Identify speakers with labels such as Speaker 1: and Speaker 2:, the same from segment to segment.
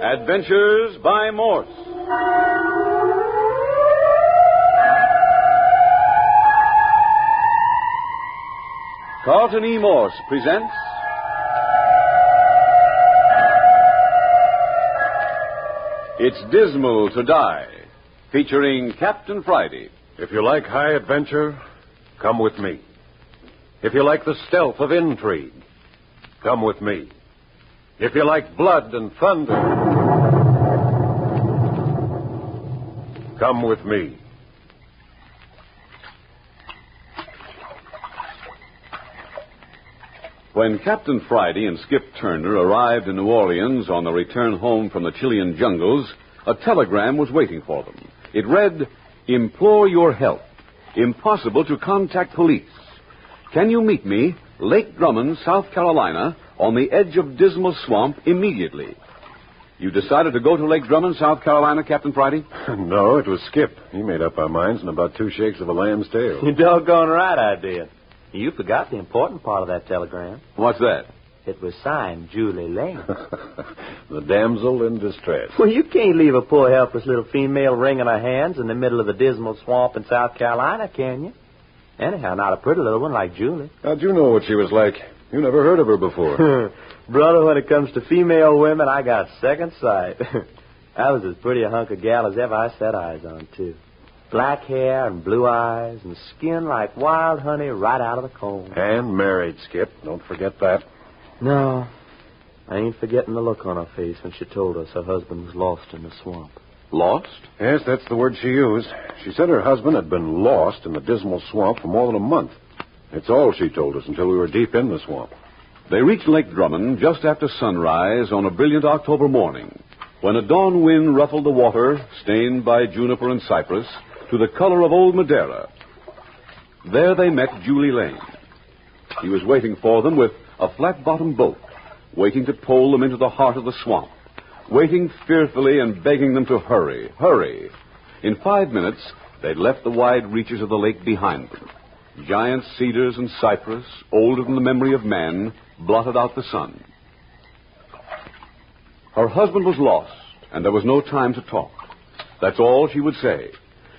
Speaker 1: Adventures by Morse. Carlton E. Morse presents It's Dismal to Die, featuring Captain Friday.
Speaker 2: If you like high adventure, come with me. If you like the stealth of intrigue, come with me. If you like blood and thunder, come with me.
Speaker 1: When Captain Friday and Skip Turner arrived in New Orleans on the return home from the Chilean jungles, a telegram was waiting for them. It read, Implore your help. Impossible to contact police. Can you meet me, Lake Drummond, South Carolina, on the edge of Dismal Swamp immediately? You decided to go to Lake Drummond, South Carolina, Captain Friday?
Speaker 2: no, it was Skip. He made up our minds in about two shakes of a lamb's tail.
Speaker 3: You're doggone right I did. You forgot the important part of that telegram.
Speaker 1: What's that?
Speaker 3: It was signed Julie Lane.
Speaker 2: the damsel in distress.
Speaker 3: well, you can't leave a poor, helpless little female wringing her hands in the middle of a dismal swamp in South Carolina, can you? Anyhow, not a pretty little one like Julie.
Speaker 2: How'd you know what she was like? You never heard of her before.
Speaker 3: Brother, when it comes to female women, I got second sight. I was as pretty a hunk of gal as ever I set eyes on, too. Black hair and blue eyes and skin like wild honey right out of the comb.
Speaker 2: and married, Skip. Don't forget that.
Speaker 3: No, I ain't forgetting the look on her face when she told us her husband was lost in the swamp.
Speaker 1: Lost?
Speaker 2: Yes, that's the word she used. She said her husband had been lost in the dismal swamp for more than a month. It's all she told us until we were deep in the swamp.
Speaker 1: They reached Lake Drummond just after sunrise on a brilliant October morning, when a dawn wind ruffled the water, stained by juniper and cypress, to the color of old Madeira. There they met Julie Lane. He was waiting for them with a flat bottomed boat, waiting to pole them into the heart of the swamp, waiting fearfully and begging them to hurry, hurry. In five minutes, they'd left the wide reaches of the lake behind them. Giant cedars and cypress, older than the memory of man, blotted out the sun. Her husband was lost, and there was no time to talk. That's all she would say.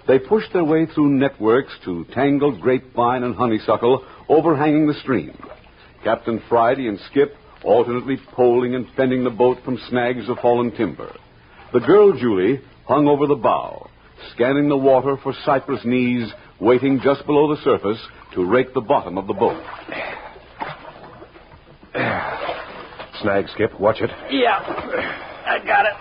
Speaker 1: They pushed their way through networks to tangled grapevine and honeysuckle overhanging the stream. Captain Friday and Skip alternately poling and fending the boat from snags of fallen timber. The girl Julie hung over the bow, scanning the water for cypress knees, waiting just below the surface to rake the bottom of the boat.
Speaker 2: Snag, Skip. Watch it.
Speaker 3: Yeah, I got it.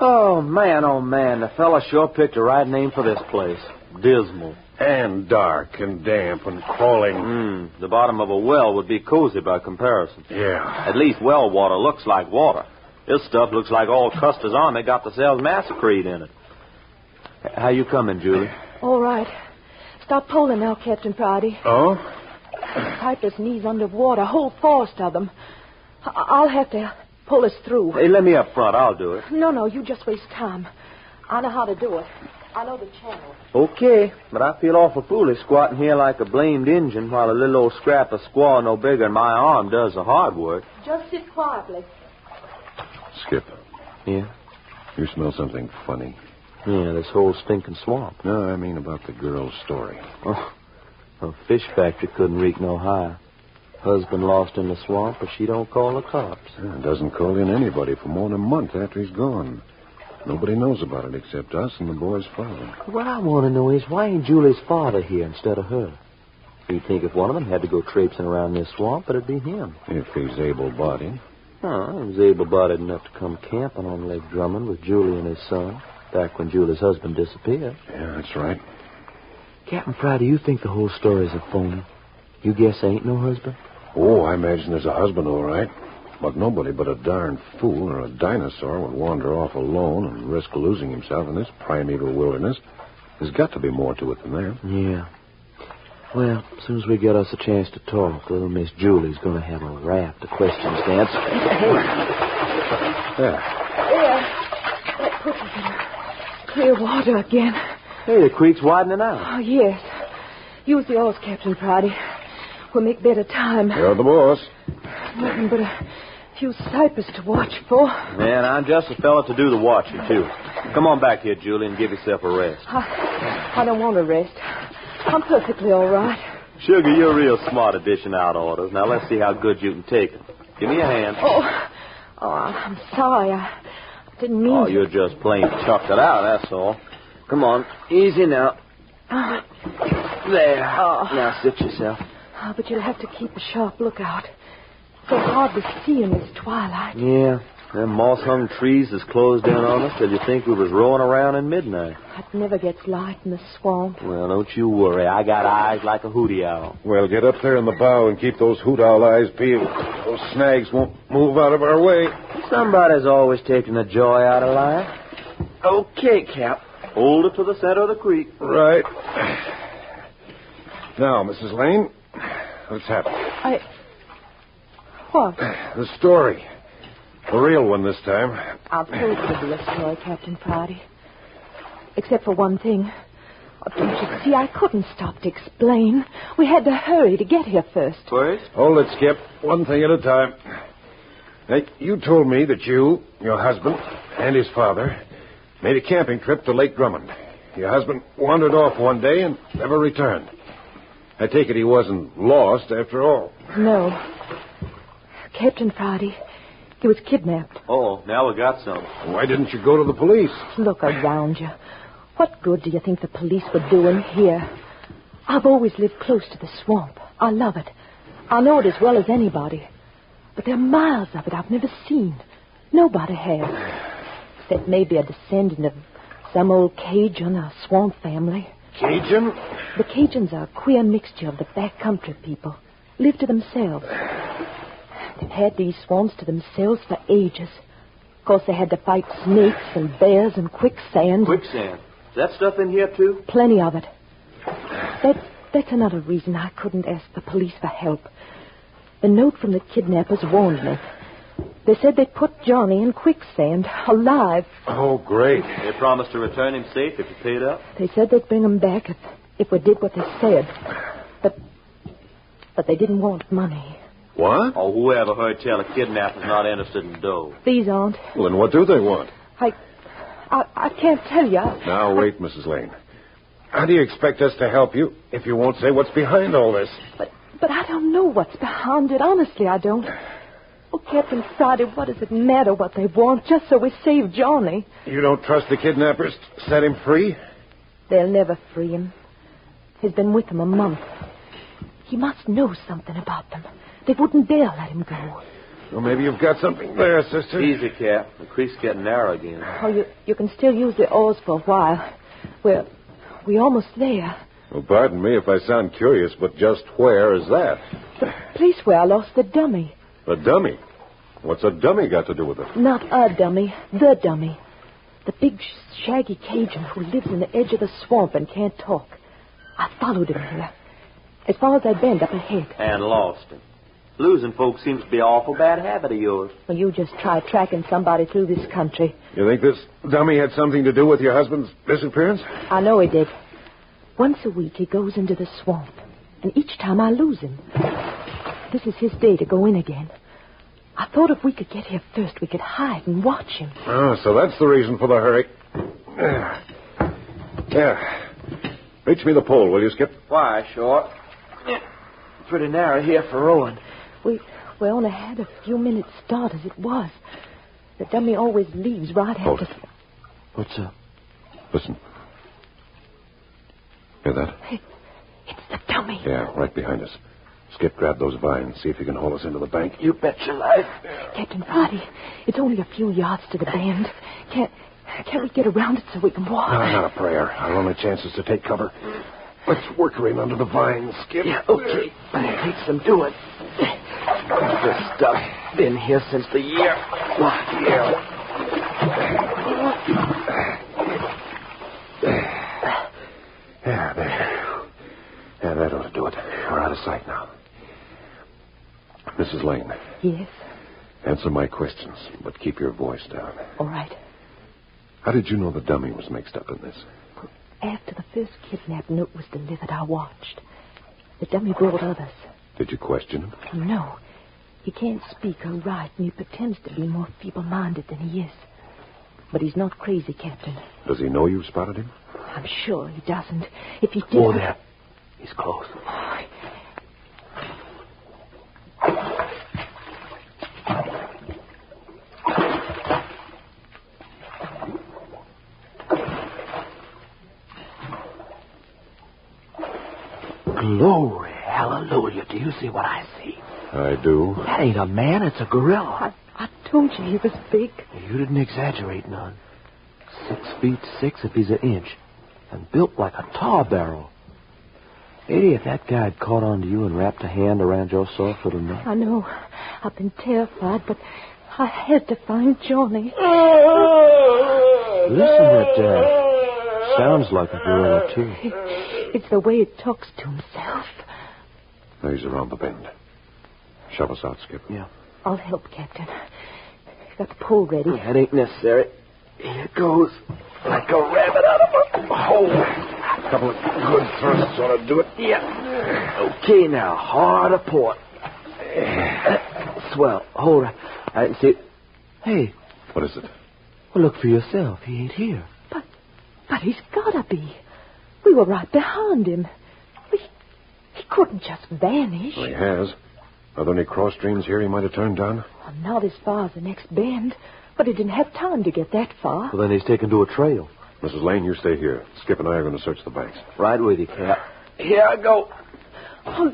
Speaker 3: Oh, man, oh, man. The fella sure picked the right name for this place. Dismal.
Speaker 2: And dark and damp and crawling.
Speaker 3: Mm, the bottom of a well would be cozy by comparison.
Speaker 2: Yeah.
Speaker 3: At least well water looks like water. This stuff looks like all Custer's army got themselves massacred in it. H- How you coming, Julie?
Speaker 4: All right. Stop pulling now, Captain Friday.
Speaker 2: Oh?
Speaker 4: Piper's knees underwater, whole forest of them. I- I'll have to pull us through.
Speaker 3: Hey, let me up front. I'll do it.
Speaker 4: No, no, you just waste time. I know how to do it. I know the channel.
Speaker 3: Okay, but I feel awful foolish squatting here like a blamed Injun while a little old scrap of squaw no bigger than my arm does the hard work.
Speaker 4: Just sit quietly.
Speaker 2: Skip,
Speaker 3: Yeah?
Speaker 2: you smell something funny.
Speaker 3: Yeah, this whole stinking swamp.
Speaker 2: No, I mean about the girl's story.
Speaker 3: Oh, a fish factory couldn't reek no higher. Husband lost in the swamp, but she don't call the cops.
Speaker 2: Yeah, doesn't call in anybody for more than a month after he's gone. Nobody knows about it except us and the boy's father.
Speaker 3: What I want to know is why ain't Julie's father here instead of her? You'd think if one of them had to go traipsing around this swamp, it'd be him.
Speaker 2: If he's able-bodied.
Speaker 3: Oh, he was able-bodied enough to come camping on Lake Drummond with Julie and his son back when Julie's husband disappeared.
Speaker 2: Yeah, that's right.
Speaker 3: Captain Fry, do you think the whole story's a phony? You guess ain't no husband?
Speaker 2: Oh, I imagine there's a husband, all right. But nobody but a darn fool or a dinosaur would wander off alone and risk losing himself in this primeval wilderness. There's got to be more to it than that.
Speaker 3: Yeah. Well, as soon as we get us a chance to talk, little Miss Julie's going to have a raft of questions to answer.
Speaker 2: Yeah.
Speaker 4: There. That puts us in clear water again.
Speaker 3: hey, the creek's widening out.
Speaker 4: Oh, yes. Use yours, Captain Friday. We'll make better time.
Speaker 2: You're the boss.
Speaker 4: Nothing but a few cypress to watch for.
Speaker 3: Man, I'm just the fella to do the watching, too. Come on back here, Julie, and give yourself a rest.
Speaker 4: I, I don't want to rest. I'm perfectly all right.
Speaker 3: Sugar, you're a real smart at dishing out orders. Now, let's see how good you can take 'em. Give me a hand.
Speaker 4: Oh, oh I'm sorry. I didn't mean
Speaker 3: Oh,
Speaker 4: to.
Speaker 3: you're just plain chucked it out, that's all. Come on, easy now.
Speaker 4: Ah,
Speaker 3: There.
Speaker 4: Oh.
Speaker 3: Now sit yourself.
Speaker 4: ah, but you'll have to keep a sharp lookout. It's so hard to see in this twilight.
Speaker 3: Yeah, them moss-hung trees has closed in on us till you think we was rolling around in midnight.
Speaker 4: It never gets light in the swamp.
Speaker 3: Well, don't you worry. I got eyes like a hootie owl.
Speaker 2: Well, get up there in the bow and keep those hoot owl eyes peeled. Those snags won't move out of our way.
Speaker 3: Somebody's always taking the joy out of life. Okay, Cap. Hold it to the center of the creek.
Speaker 2: Right. Now, Mrs. Lane, what's happened?
Speaker 4: I. What?
Speaker 2: The story. The real one this time.
Speaker 4: I've told you the story, Captain Friday. Except for one thing. Oh, Don't you see, I couldn't stop to explain. We had to hurry to get here first.
Speaker 3: First?
Speaker 2: Hold it, Oh, Skip. One thing at a time. Now, you told me that you, your husband, and his father made a camping trip to Lake Drummond. Your husband wandered off one day and never returned. I take it he wasn't lost after all.
Speaker 4: No. Captain Friday, he was kidnapped.
Speaker 3: Oh, now we got some.
Speaker 2: Why didn't you go to the police?
Speaker 4: Look around you. What good do you think the police were doing here? I've always lived close to the swamp. I love it. I know it as well as anybody. But there are miles of it I've never seen. Nobody has. Except maybe a descendant of some old Cajun or swamp family.
Speaker 2: Cajun?
Speaker 4: The Cajuns are a queer mixture of the backcountry people. Live to themselves. They've had these swamps to themselves for ages. Of course, they had to fight snakes and bears and quicksand.
Speaker 3: Quicksand. Is that stuff in here, too?
Speaker 4: Plenty of it. That, that's another reason I couldn't ask the police for help. The note from the kidnappers warned me. They said they'd put Johnny in quicksand, alive.
Speaker 2: Oh, great.
Speaker 3: They promised to return him safe if you paid up.
Speaker 4: They said they'd bring him back if, if we did what they said. But, but they didn't want money.
Speaker 2: What?
Speaker 3: Or whoever heard tell a kidnapper's not interested in dough.
Speaker 4: These aren't.
Speaker 2: Well, then what do they want?
Speaker 4: I, I, I can't tell you. I-
Speaker 2: Now, wait, Mrs. Lane. How do you expect us to help you if you won't say what's behind all this?
Speaker 4: But, but I don't know what's behind it. Honestly, I don't. Oh, Captain Friday, what does it matter what they want just so we save Johnny?
Speaker 2: You don't trust the kidnappers to set him free?
Speaker 4: They'll never free him. He's been with them a month. He must know something about them. They wouldn't dare let him go.
Speaker 2: Well, maybe you've got something there, sister.
Speaker 3: Easy, Cap. The creek's getting narrow again.
Speaker 4: Oh, you, you can still use the oars for a while. We're, we're almost there.
Speaker 2: Well, pardon me if I sound curious, but just where is that?
Speaker 4: The place where I lost the dummy.
Speaker 2: A dummy. What's a dummy got to do with it?
Speaker 4: Not a dummy, the dummy. The big, sh- shaggy Cajun who lives in the edge of the swamp and can't talk. I followed him here. As far as I'd bend up ahead.
Speaker 3: And lost him. Losing folks seems to be an awful bad habit of yours.
Speaker 4: Well, you just try tracking somebody through this country.
Speaker 2: You think this dummy had something to do with your husband's disappearance?
Speaker 4: I know he did. Once a week he goes into the swamp, and each time I lose him. This is his day to go in again. I thought if we could get here first, we could hide and watch him.
Speaker 2: Oh, so that's the reason for the hurry. There. There. Reach me the pole, will you, Skip?
Speaker 3: Why, sure. Pretty narrow here for rowing.
Speaker 4: We, we only had a few minutes' start as it was. The dummy always leaves right
Speaker 2: Hold
Speaker 4: after.
Speaker 2: it. What's up? Listen. Hear that?
Speaker 4: It's the dummy.
Speaker 2: Yeah, right behind us. Skip, grab those vines. See if you can haul us into the bank.
Speaker 3: You bet your life.
Speaker 4: Captain Friday, it's only a few yards to the band. Can't, can't we get around it so we can walk?
Speaker 2: No, not a prayer. Our only chance is to take cover. Let's work her in under the vines, Skip. Yeah, okay.
Speaker 3: Take some doing. This stuff been here since the year. Yeah.
Speaker 2: Yeah, there. Yeah, that ought to do it. We're out of sight now. Mrs. Lane,
Speaker 4: Yes.
Speaker 2: answer my questions, but keep your voice down.
Speaker 4: All right.
Speaker 2: How did you know the dummy was mixed up in this?
Speaker 4: After the first kidnap note was delivered, I watched. The dummy brought others.
Speaker 2: Did you question him?
Speaker 4: No. He can't speak or write, and he pretends to be more feeble minded than he is. But he's not crazy, Captain.
Speaker 2: Does he know you've spotted him?
Speaker 4: I'm sure he doesn't. If he did.
Speaker 3: Oh, there. He's close. Glory, hallelujah. Do you see what I see?
Speaker 2: I do.
Speaker 3: That ain't a man, it's a gorilla.
Speaker 4: I, I told you he was big.
Speaker 3: You didn't exaggerate none. Six feet six if he's an inch, and built like a tar barrel. Eddie, if that guy had caught on to you and wrapped a hand around your soft little neck.
Speaker 4: I know. I've been terrified, but I had to find Johnny.
Speaker 3: Listen, that uh, sounds like a gorilla, too.
Speaker 4: It's the way it talks to himself.
Speaker 2: No, he's around the bend. Shove us out, Skip.
Speaker 3: Yeah.
Speaker 4: I'll help, Captain. Got the pole ready.
Speaker 3: That ain't necessary. Here goes. Like a rabbit out of a hole. A couple of good thrusts ought to do it. Yeah. Okay, now, hard a port. Swell. Hold on. I can see. Hey,
Speaker 2: What is it?
Speaker 3: well, look for yourself. He ain't here.
Speaker 4: But, but he's gotta be. We were right behind him. We, he couldn't just vanish.
Speaker 2: Well, he has. Are there any cross streams here he might have turned down?
Speaker 4: Well, not as far as the next bend, but he didn't have time to get that far.
Speaker 3: Well, then he's taken to a trail.
Speaker 2: Mrs. Lane, you stay here. Skip and I are going to search the banks.
Speaker 3: Right with you, Cap. Here I go.
Speaker 4: Oh,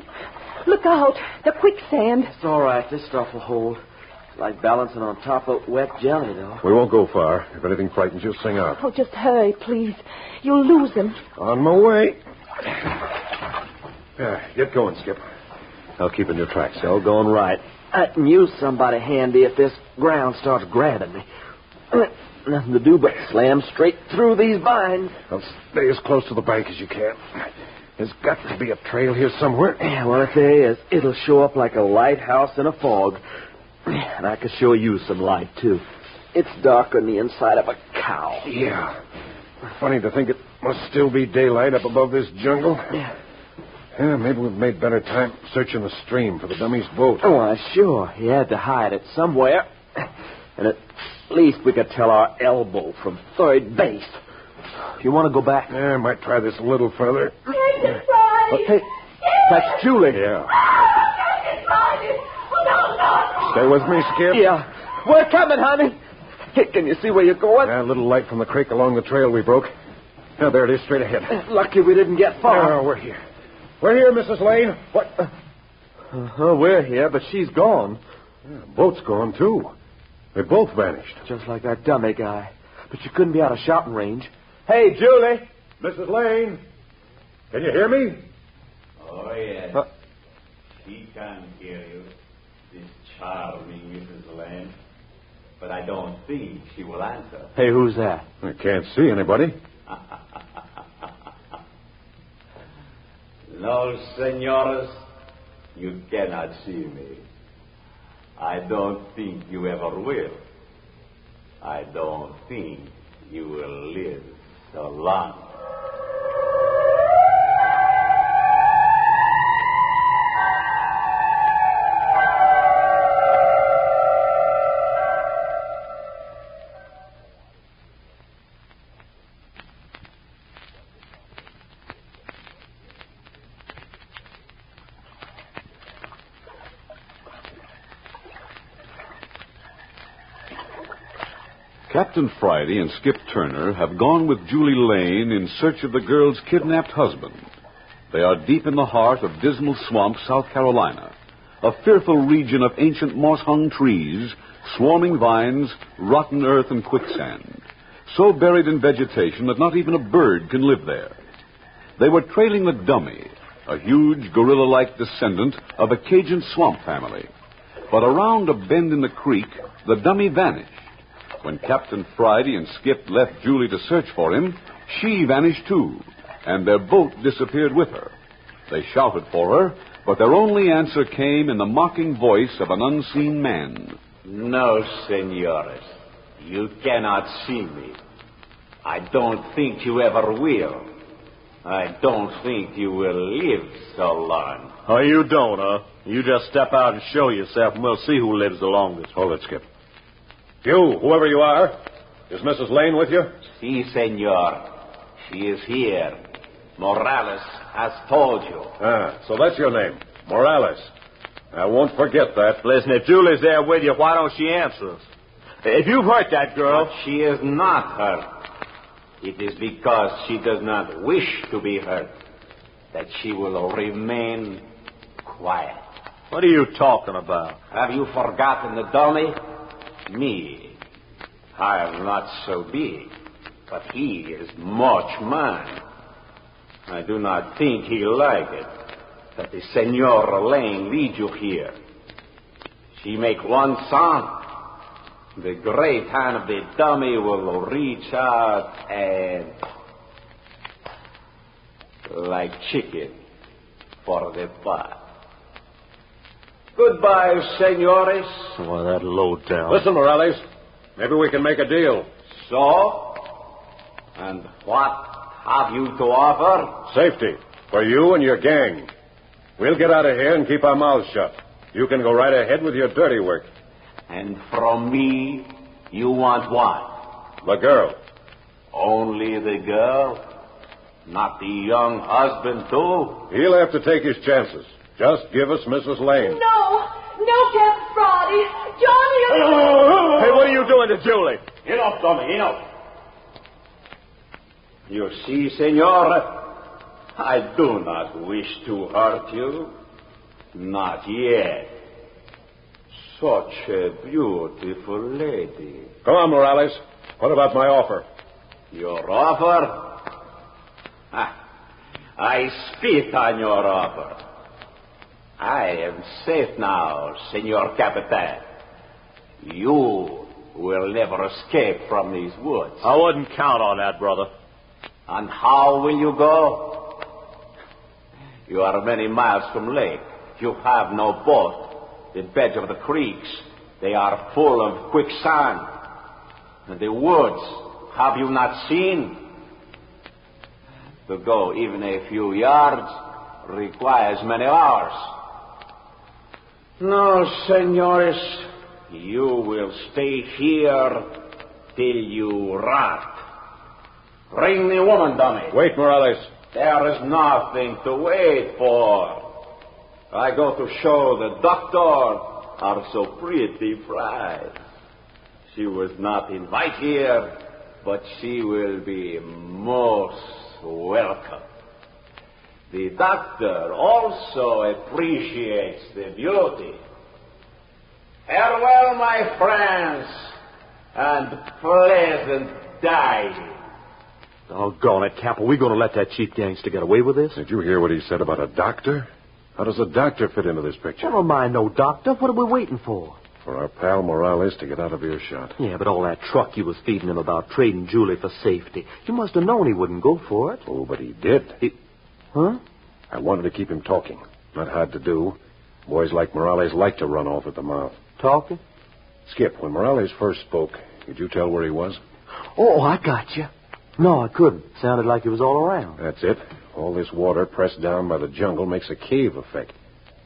Speaker 4: look out! The quicksand.
Speaker 3: It's all right. This stuff will hold. It's like balancing on top of wet jelly, though.
Speaker 2: We won't go far. If anything frightens you, sing out.
Speaker 4: Oh, just hurry, please. You'll lose him.
Speaker 2: On my way. Yeah, get going, Skip. I'll keep in your tracks.
Speaker 3: So going right. I can use somebody handy if this ground starts grabbing me. Nothing to do but slam straight through these vines.
Speaker 2: I'll stay as close to the bank as you can. There's got to be a trail here somewhere.
Speaker 3: Yeah, well, if there is, it'll show up like a lighthouse in a fog. And I could sure use some light, too. It's dark on the inside of a cow.
Speaker 2: Yeah. Funny to think it must still be daylight up above this jungle.
Speaker 3: Yeah.
Speaker 2: Yeah, maybe we've made better time searching the stream for the dummy's boat.
Speaker 3: Oh, why, sure. He had to hide it somewhere. And at least we could tell our elbow from third base. You want to go back?
Speaker 2: Yeah, I might try this a little further.
Speaker 3: Okay. That's Julie.
Speaker 2: Yeah. Stay with me, Skip.
Speaker 3: Yeah. We're coming, honey. Hey, can you see where you're going?
Speaker 2: Yeah, a little light from the creek along the trail we broke. Now, there it is, straight ahead.
Speaker 3: Lucky we didn't get
Speaker 2: Now, we're here. We're here, Mrs. Lane. What?
Speaker 3: Uh-huh, we're here, but she's gone.
Speaker 2: boat's gone, too. They both vanished.
Speaker 3: Just like that dummy guy. But you couldn't be out of shouting range. Hey, Julie.
Speaker 2: Mrs. Lane, can you hear me?
Speaker 5: Oh, yes.
Speaker 3: Huh?
Speaker 5: She can hear you, this charming Mrs. Lane. But I don't think she will answer.
Speaker 3: Hey, who's that?
Speaker 2: I can't see anybody.
Speaker 5: No, senores, you cannot see me. I don't think you ever will. I don't think you will live so long.
Speaker 1: Captain Friday and Skip Turner have gone with Julie Lane in search of the girl's kidnapped husband. They are deep in the heart of Dismal Swamp, South Carolina, a fearful region of ancient moss hung trees, swarming vines, rotten earth, and quicksand, so buried in vegetation that not even a bird can live there. They were trailing the dummy, a huge gorilla like descendant of a Cajun swamp family. But around a bend in the creek, the dummy vanished. When Captain Friday and Skip left Julie to search for him, she vanished too, and their boat disappeared with her. They shouted for her, but their only answer came in the mocking voice of an unseen man.
Speaker 5: No, senores. You cannot see me. I don't think you ever will. I don't think you will live so long.
Speaker 3: Oh, you don't, huh? You just step out and show yourself, and we'll see who lives the longest.
Speaker 2: Hold it, Skip. You, whoever you are, is Mrs. Lane with you?
Speaker 5: Si, senor. She is here. Morales has told you.
Speaker 2: Ah, so that's your name, Morales. I won't forget that.
Speaker 3: Listen, if Julie's there with you, why don't she answer us? If you've hurt that girl.
Speaker 5: But she is not hurt. It is because she does not wish to be hurt that she will remain quiet.
Speaker 3: What are you talking about?
Speaker 5: Have you forgotten the dummy? Me. I am not so big, but he is much mine. I do not think he like it that the Senora Lane lead you here. She make one sound. The great hand of the dummy will reach out and like chicken for the pot. Goodbye, senores.
Speaker 3: Well, that low down.
Speaker 2: Listen, Morales. Maybe we can make a deal.
Speaker 5: So, and what have you to offer?
Speaker 2: Safety for you and your gang. We'll get out of here and keep our mouths shut. You can go right ahead with your dirty work.
Speaker 5: And from me, you want what?
Speaker 2: The girl.
Speaker 5: Only the girl? Not the young husband, too?
Speaker 2: He'll have to take his chances. Just give us Mrs. Lane.
Speaker 4: No, no, Jeff Friday. Johnny, you...
Speaker 3: Hey, what are you doing to Julie?
Speaker 5: Enough, Tommy, enough. You see, senor, I do not wish to hurt you. Not yet. Such a beautiful lady.
Speaker 2: Come on, Morales. What about my offer?
Speaker 5: Your offer? Ha, I spit on your offer. I am safe now, Senor Capitan. You will never escape from these woods.
Speaker 3: I wouldn't count on that, brother.
Speaker 5: And how will you go? You are many miles from lake. You have no boat. The beds of the creeks, they are full of quicksand. And the woods, have you not seen? To go even a few yards requires many hours. No, senores, you will stay here till you rot. Bring the woman, dummy.
Speaker 2: Wait, Morales.
Speaker 5: There is nothing to wait for. I go to show the doctor our so pretty bride. She was not invited here, but she will be most welcome. The doctor also appreciates the beauty. Farewell, my friends, and pleasant dying.
Speaker 3: Doggone it, Cap. Are we going to let that cheap gangster get away with this?
Speaker 2: Did you hear what he said about a doctor? How does a doctor fit into this picture?
Speaker 3: Never mind, no doctor. What are we waiting for?
Speaker 2: For our pal Morales to get out of earshot.
Speaker 3: Yeah, but all that truck you was feeding him about trading Julie for safety. You must have known he wouldn't go for it.
Speaker 2: Oh, but he did.
Speaker 3: Huh?
Speaker 2: I wanted to keep him talking. Not hard to do. Boys like Morales like to run off at the mouth.
Speaker 3: Talking?
Speaker 2: Skip, when Morales first spoke, could you tell where he was?
Speaker 3: Oh, I got you. No, I couldn't. Sounded like he was all around.
Speaker 2: That's it. All this water pressed down by the jungle makes a cave effect.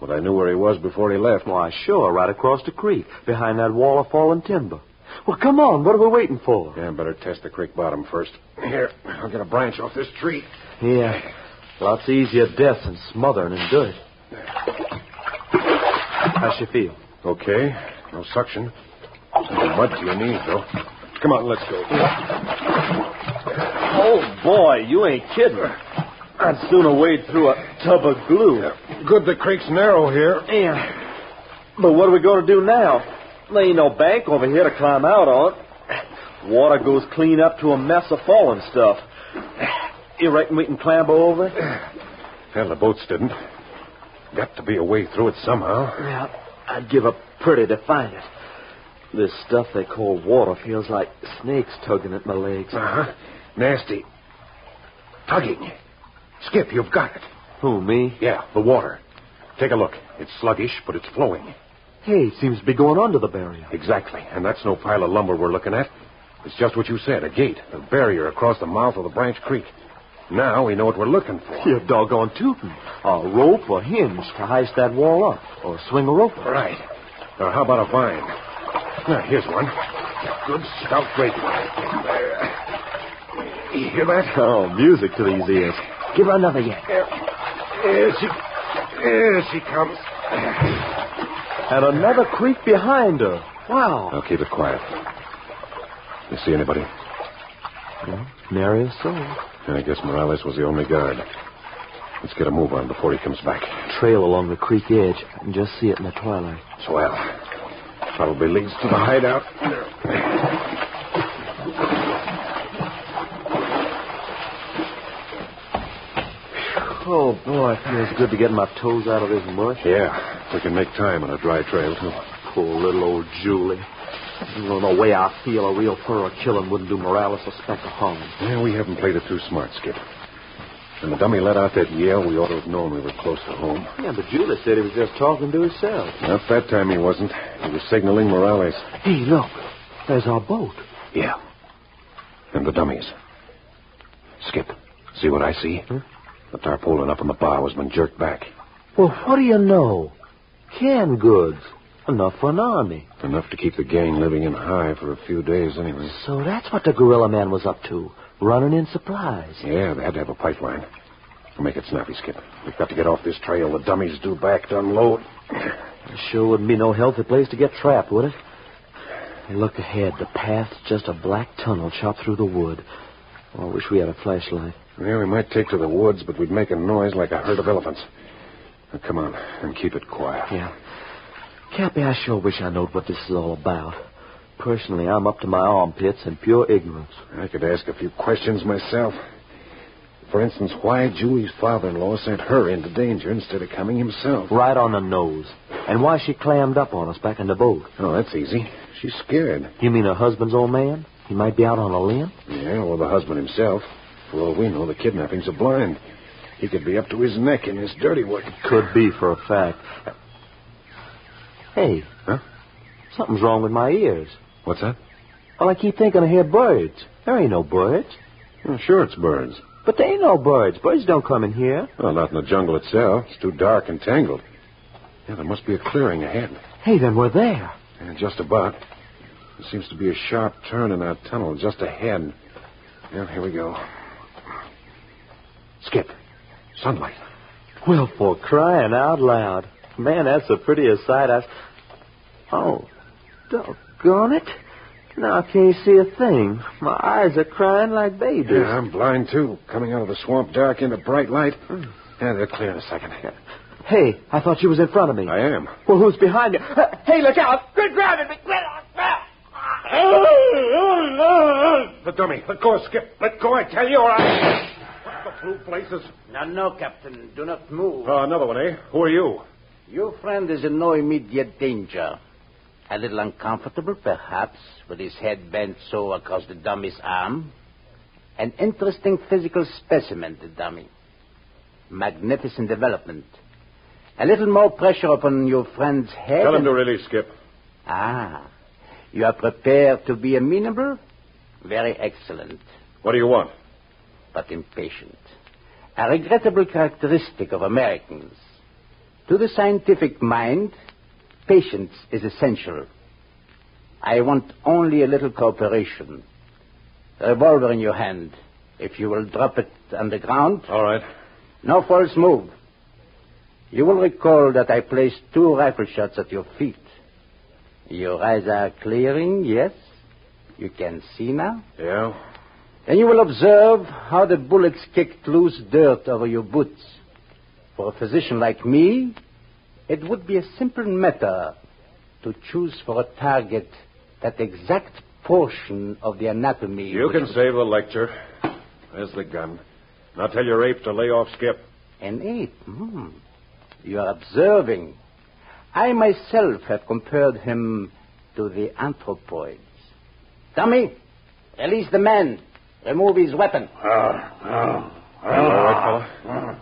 Speaker 2: But I knew where he was before he left.
Speaker 3: Why, sure, right across the creek, behind that wall of fallen timber. Well, come on, what are we waiting for?
Speaker 2: Yeah, better test the creek bottom first. Here, I'll get a branch off this tree.
Speaker 3: Yeah, lots easier death than smothering in dirt. How she feel?
Speaker 2: Okay. No suction. No mud to your knees, though. Come on, let's go.
Speaker 3: Oh, boy, you ain't kidding. I'd sooner wade through a tub of glue.
Speaker 2: Good the creek's narrow here.
Speaker 3: Yeah. But what are we going to do now? There ain't no bank over here to climb out on. Water goes clean up to a mess of fallen stuff. You reckon we can clamber over? it?
Speaker 2: Hell, the boats didn't. Got to be a way through it somehow.
Speaker 3: Yeah, I'd give up pretty to find it. This stuff they call water feels like snakes tugging at my legs.
Speaker 2: Uh-huh. Nasty. Tugging. Skip, you've got it.
Speaker 3: Who, me?
Speaker 2: Yeah, the water. Take a look. It's sluggish, but it's flowing.
Speaker 3: Hey, it seems to be going under the barrier.
Speaker 2: Exactly. And that's no pile of lumber we're looking at. It's just what you said, a gate, a barrier across the mouth of the branch creek. Now we know what we're looking for.
Speaker 3: You're doggone tootin'. A rope or hinge to heist that wall up, or swing a rope. up.
Speaker 2: Right. Now, how about a vine? Now, here's one. A Good stout great vine. There. You hear that?
Speaker 3: Oh, music to these ears. Give her another yank.
Speaker 2: There she, there she comes.
Speaker 3: And another creek behind her. Wow.
Speaker 2: Now, keep it quiet. You see anybody?
Speaker 3: Nary a soul.
Speaker 2: I guess Morales was the only guard. Let's get a move on before he comes back.
Speaker 3: Trail along the creek edge. I can just see it in the twilight.
Speaker 2: Swell. Probably leads to the hideout.
Speaker 3: Oh, boy, it feels good to get my toes out of this mush.
Speaker 2: Yeah, we can make time on a dry trail, too.
Speaker 3: Poor little old Julie. You know the way I feel a real thorough killing wouldn't do Morales a speck of harm.
Speaker 2: Yeah, we haven't played it too smart, Skip. When the dummy let out that yell, we ought to have known we were close to home.
Speaker 3: Yeah, but Julie said he was just talking to himself.
Speaker 2: Not that time he wasn't. He was signaling Morales.
Speaker 3: Hey, look. There's our boat.
Speaker 2: Yeah. And the dummies. Skip, see what I see? The tarpaulin up on the bow has been jerked back.
Speaker 3: Well, what do you know? Canned goods. Enough for an army.
Speaker 2: Enough to keep the gang living in high for a few days, anyway.
Speaker 3: So that's what the gorilla man was up to. Running in supplies.
Speaker 2: Yeah, they had to have a pipeline. We'll make it snappy, Skip. We've got to get off this trail. The dummies due back to unload.
Speaker 3: Sure wouldn't be no healthy place to get trapped, would it? Hey, look ahead. The path's just a black tunnel chopped through the wood. Oh, I wish we had a flashlight.
Speaker 2: Yeah, we might take to the woods, but we'd make a noise like a herd of elephants. Now, come on, and keep it quiet.
Speaker 3: Yeah. Cappy, I sure wish I knowed what this is all about. Personally, I'm up to my armpits in pure ignorance.
Speaker 2: I could ask a few questions myself. For instance, why Julie's father-in-law sent her into danger instead of coming himself.
Speaker 3: Right on the nose. And why she clammed up on us back in the boat.
Speaker 2: Oh, that's easy. She's scared.
Speaker 3: You mean her husband's old man? He might be out on a limb?
Speaker 2: Yeah, well, the husband himself. For all we know, the kidnapping's a blind. He could be up to his neck in this dirty work.
Speaker 3: Could be for a fact. Hey.
Speaker 2: Huh?
Speaker 3: Something's wrong with my ears.
Speaker 2: What's that?
Speaker 3: Well, I keep thinking I hear birds. There ain't no birds.
Speaker 2: Well, sure, it's birds.
Speaker 3: But there ain't no birds. Birds don't come in here.
Speaker 2: Well, not in the jungle itself. It's too dark and tangled. Yeah, there must be a clearing ahead.
Speaker 3: Hey, then we're there.
Speaker 2: Yeah, just about. There seems to be a sharp turn in our tunnel just ahead. Well, here we go. Skip. Sunlight.
Speaker 3: Well, for crying out loud. Man, that's the prettiest sight I... Oh, doggone it. Now I can't see a thing. My eyes are crying like babies.
Speaker 2: Yeah, I'm blind, too. Coming out of the swamp dark into bright light. Yeah, they're clear in a second.
Speaker 3: Hey, I thought you was in front of me.
Speaker 2: I am.
Speaker 3: Well, who's behind you? Uh, Hey, look out! Good ground!
Speaker 2: The dummy. Let go, Skip. Let go, I tell you, or I... The blue places.
Speaker 6: No, no, Captain. Do not move.
Speaker 2: Oh, another one, eh? Who are you?
Speaker 6: Your friend is in no immediate danger. A little uncomfortable, perhaps, with his head bent so across the dummy's arm. An interesting physical specimen, the dummy. Magnificent development. A little more pressure upon your friend's head.
Speaker 2: Tell him
Speaker 6: and-
Speaker 2: to release, Skip.
Speaker 6: Ah, you are prepared to be amenable? Very excellent,
Speaker 2: What do you want?
Speaker 6: but impatient. A regrettable characteristic of Americans. To the scientific mind, patience is essential. I want only a little cooperation. A revolver in your hand. If you will drop it on the ground,
Speaker 2: All right.
Speaker 6: no false move. You will recall that I placed two rifle shots at your feet. Your eyes are clearing, yes? You can see now?
Speaker 2: Yeah?
Speaker 6: And you will observe how the bullets kicked loose dirt over your boots. For a physician like me, it would be a simple matter to choose for a target that exact portion of the anatomy.
Speaker 2: You
Speaker 6: which
Speaker 2: can
Speaker 6: would-
Speaker 2: save the lecture. There's the gun. Now tell your ape to lay off, Skip.
Speaker 6: An ape. Hmm. You are observing. I myself have compared him to the anthropoids. Dummy, release the man. Remove his weapon.
Speaker 2: All right, fella.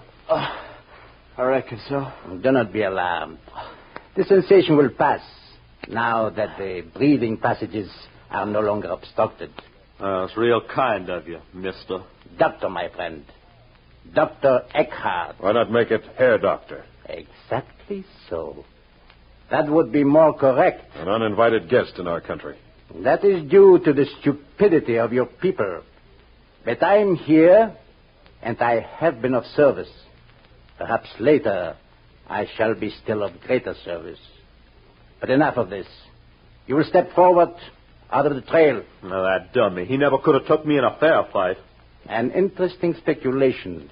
Speaker 3: I reckon so.
Speaker 6: Do not be alarmed. The sensation will pass now that the breathing passages are no longer obstructed.
Speaker 3: Uh, it's real kind of you, mister.
Speaker 6: Doctor, my friend,
Speaker 3: Dr. Eckhart.
Speaker 2: Why not make it hair doctor?
Speaker 3: Exactly so. That would be more correct.
Speaker 2: An uninvited guest in our country.
Speaker 3: That is due to the stupidity of your people. But I'm here, and I have been of service. Perhaps later I shall be still of greater service. But enough of this. You will step forward out of the trail.
Speaker 5: Now, that dummy. He never could have took me in a fair fight.
Speaker 3: An interesting speculation.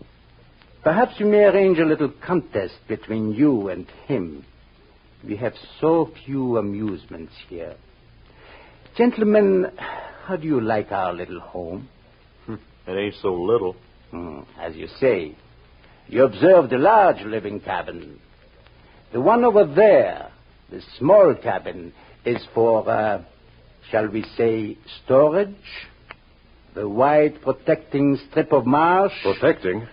Speaker 3: Perhaps you may arrange a little contest between you and him. We have so few amusements here. Gentlemen, how do you like our little home?
Speaker 5: It ain't so little.
Speaker 3: Hmm, as you say, you observed a large living cabin. The one over there, the small cabin, is for, uh, shall we say, storage? The wide protecting strip of marsh?
Speaker 2: Protecting?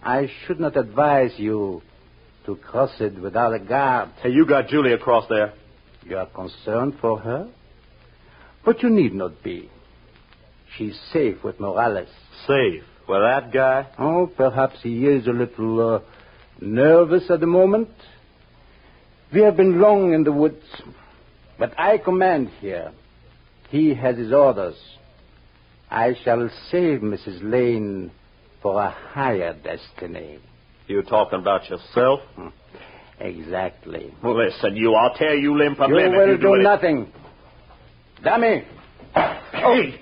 Speaker 3: I should not advise you to cross it without a guard.
Speaker 5: Hey, you got Julie across there.
Speaker 3: You are concerned for her? But you need not be. She's safe with Morales.
Speaker 5: Safe. Well, that guy.
Speaker 3: Oh, perhaps he is a little uh, nervous at the moment. We have been long in the woods, but I command here. He has his orders. I shall save Mrs. Lane for a higher destiny.
Speaker 5: You talking about yourself?
Speaker 3: Exactly.
Speaker 5: Well, listen, you. I'll tear you limb from
Speaker 3: you
Speaker 5: limb
Speaker 3: will
Speaker 5: if you
Speaker 3: do
Speaker 5: it.
Speaker 3: nothing. Dummy,
Speaker 2: Hey!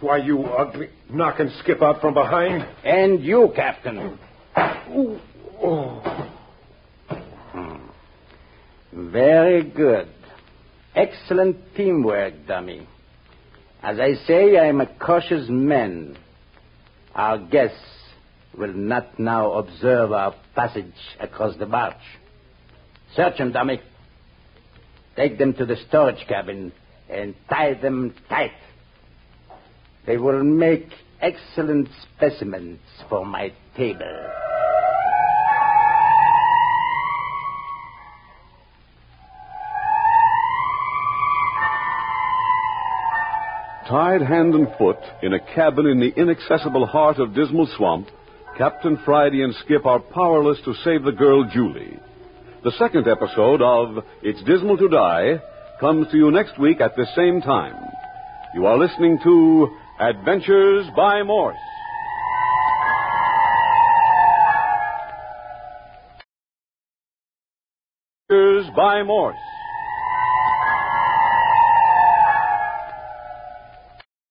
Speaker 2: Why, you ugly. Knock and skip out from behind.
Speaker 3: and you, Captain.
Speaker 2: Oh.
Speaker 3: Very good. Excellent teamwork, dummy. As I say, I am a cautious man. Our guests will not now observe our passage across the marsh. Search them, dummy. Take them to the storage cabin and tie them tight. They will make excellent specimens for my table.
Speaker 1: Tied hand and foot in a cabin in the inaccessible heart of Dismal Swamp, Captain Friday and Skip are powerless to save the girl Julie. The second episode of It's Dismal to Die comes to you next week at the same time. You are listening to Adventures by Morse. Adventures by Morse.